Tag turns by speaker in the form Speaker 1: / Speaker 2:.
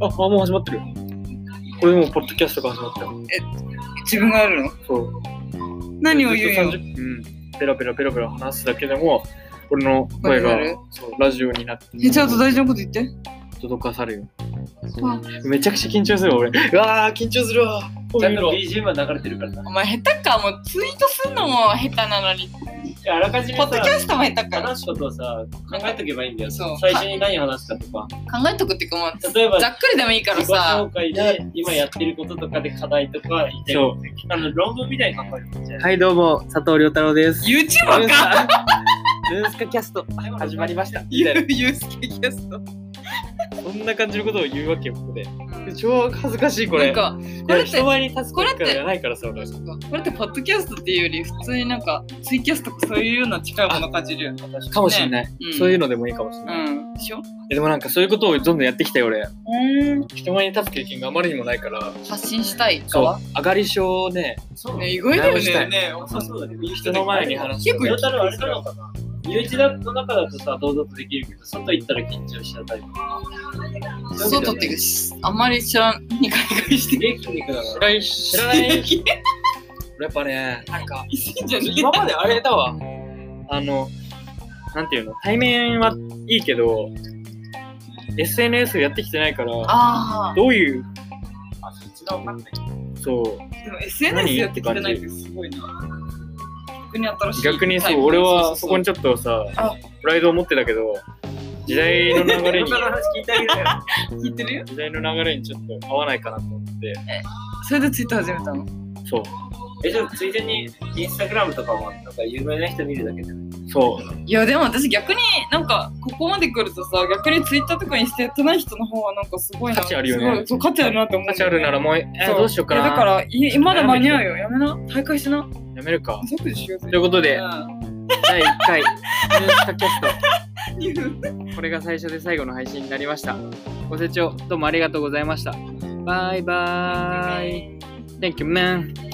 Speaker 1: あ、あ、もう始まってる。これもうポッドキャストが始まった。
Speaker 2: 自分がやるの
Speaker 1: そう。
Speaker 2: 何を言う
Speaker 1: ずっ
Speaker 2: んよ
Speaker 1: と30分、ペラペラペラペラ話すだけでも、俺の声
Speaker 2: わ
Speaker 1: が
Speaker 2: かる
Speaker 1: そうラジオになって
Speaker 2: えちゃんと大事なこと言って
Speaker 1: 届かされる
Speaker 2: あ
Speaker 1: よ。めちゃくちゃ緊張するわ、俺。うわー、緊張するわ。こう
Speaker 3: ちゃ
Speaker 1: い
Speaker 3: ん
Speaker 1: う
Speaker 3: と
Speaker 1: の
Speaker 3: BGM は流れてるからな。
Speaker 2: お前下手かもうツイートすんのも下手なのに
Speaker 3: あらかじめ
Speaker 2: ポッドキ
Speaker 3: さ、
Speaker 2: ャストも下手か
Speaker 3: 話すことをさ、考えとけばいいんだよ。
Speaker 2: そう
Speaker 3: 最初に何話すかとか。
Speaker 2: 考えとくっていうかもう
Speaker 3: 例えば、
Speaker 2: ざっくりでもいいから
Speaker 3: 自己
Speaker 2: さ
Speaker 3: 紹介で今やってることとかで課題とか言ってる
Speaker 1: そ
Speaker 3: あの論文みたいに考えるんじゃ
Speaker 1: う。
Speaker 3: ない
Speaker 1: はい、どうも、佐藤亮太郎です。
Speaker 2: YouTuber か
Speaker 1: ルースカキャスト、始まりました。みたいな
Speaker 2: ユースケキャスト
Speaker 1: そんな感じのことを言うわけよ、ここで。超恥ずかしい、こ
Speaker 2: な
Speaker 1: れ。
Speaker 2: んか
Speaker 1: い
Speaker 2: こ
Speaker 1: や
Speaker 2: れって
Speaker 1: 人前に立つ
Speaker 2: これ
Speaker 1: か
Speaker 2: って
Speaker 1: らじゃないからさ、俺。
Speaker 2: これってポッドキャストっていうより普通になんかツイキャストとかそういうような近いもの感じるよね
Speaker 1: かもしれない。
Speaker 2: うん
Speaker 1: そういうのでもいいかもしれない。
Speaker 2: うんでしょ
Speaker 1: えでもなんかそういうことをどんどんやってきたよ俺
Speaker 2: うん
Speaker 1: 人前に立つ経験があまりにもないから
Speaker 2: 発信したい
Speaker 1: そう
Speaker 2: 側
Speaker 1: 上がり症をね
Speaker 3: そう。
Speaker 2: ね
Speaker 3: ね、
Speaker 2: 意外だよ
Speaker 1: 直した
Speaker 2: ね
Speaker 1: い
Speaker 2: ね
Speaker 3: そうそうだけど、
Speaker 1: 人の前に話す
Speaker 2: 結構
Speaker 3: す。
Speaker 2: 言
Speaker 3: だ
Speaker 2: っ
Speaker 3: ったらあれなのかな身内の中だとさ、堂々とできるけど、外行ったら緊張しちゃうタイプ。
Speaker 2: 外っていうかあんまり知らんに海外して
Speaker 3: 元気に行くだか
Speaker 1: 知
Speaker 3: ら。
Speaker 1: らない知らない俺やっぱねなんか
Speaker 2: いすぎんじゃねえ
Speaker 1: 今まであれだわあのなんていうの対面はいいけど SNS やってきてないから
Speaker 2: あ
Speaker 1: どういう
Speaker 3: あ、そっちが分かんない。
Speaker 1: そう
Speaker 2: あ、でも SNS やってきてないってすごいな。逆に新しい。
Speaker 1: 逆にそう俺はそこに
Speaker 2: に。
Speaker 1: ちょっとさ
Speaker 2: あ
Speaker 1: プライドを持ってたけど時代 の流れ に
Speaker 3: 他の話聞いてあげるよ。
Speaker 2: 聞いてるよ。
Speaker 1: 時代の流れにちょっと合わないかなと思って
Speaker 2: それでツイッター始めたの。
Speaker 1: そう
Speaker 3: え、じゃあついでに、インスタグラムとかも、なんか有名な人見るだけで。
Speaker 1: そう
Speaker 2: いやでも私逆になんかここまで来るとさ逆にツイッターとかにしてやってない人の方はなんかすごいな。
Speaker 1: 価値あるよね
Speaker 2: すごいそう価値あるなって思う。
Speaker 1: 価値あるなら。もう、えー
Speaker 2: そう
Speaker 1: どうしようか
Speaker 2: い
Speaker 1: な。
Speaker 2: やだからいまだ間に合うよ。やめな。大会しな。
Speaker 1: やめるか。
Speaker 2: 即時しようぜ。
Speaker 1: ということで、
Speaker 2: う
Speaker 1: 第1回、ニュースタキャス
Speaker 2: ん
Speaker 1: ト。これが最初で最後の配信になりました。ご清聴どうもありがとうございました。バイバーイ。Thank you, man.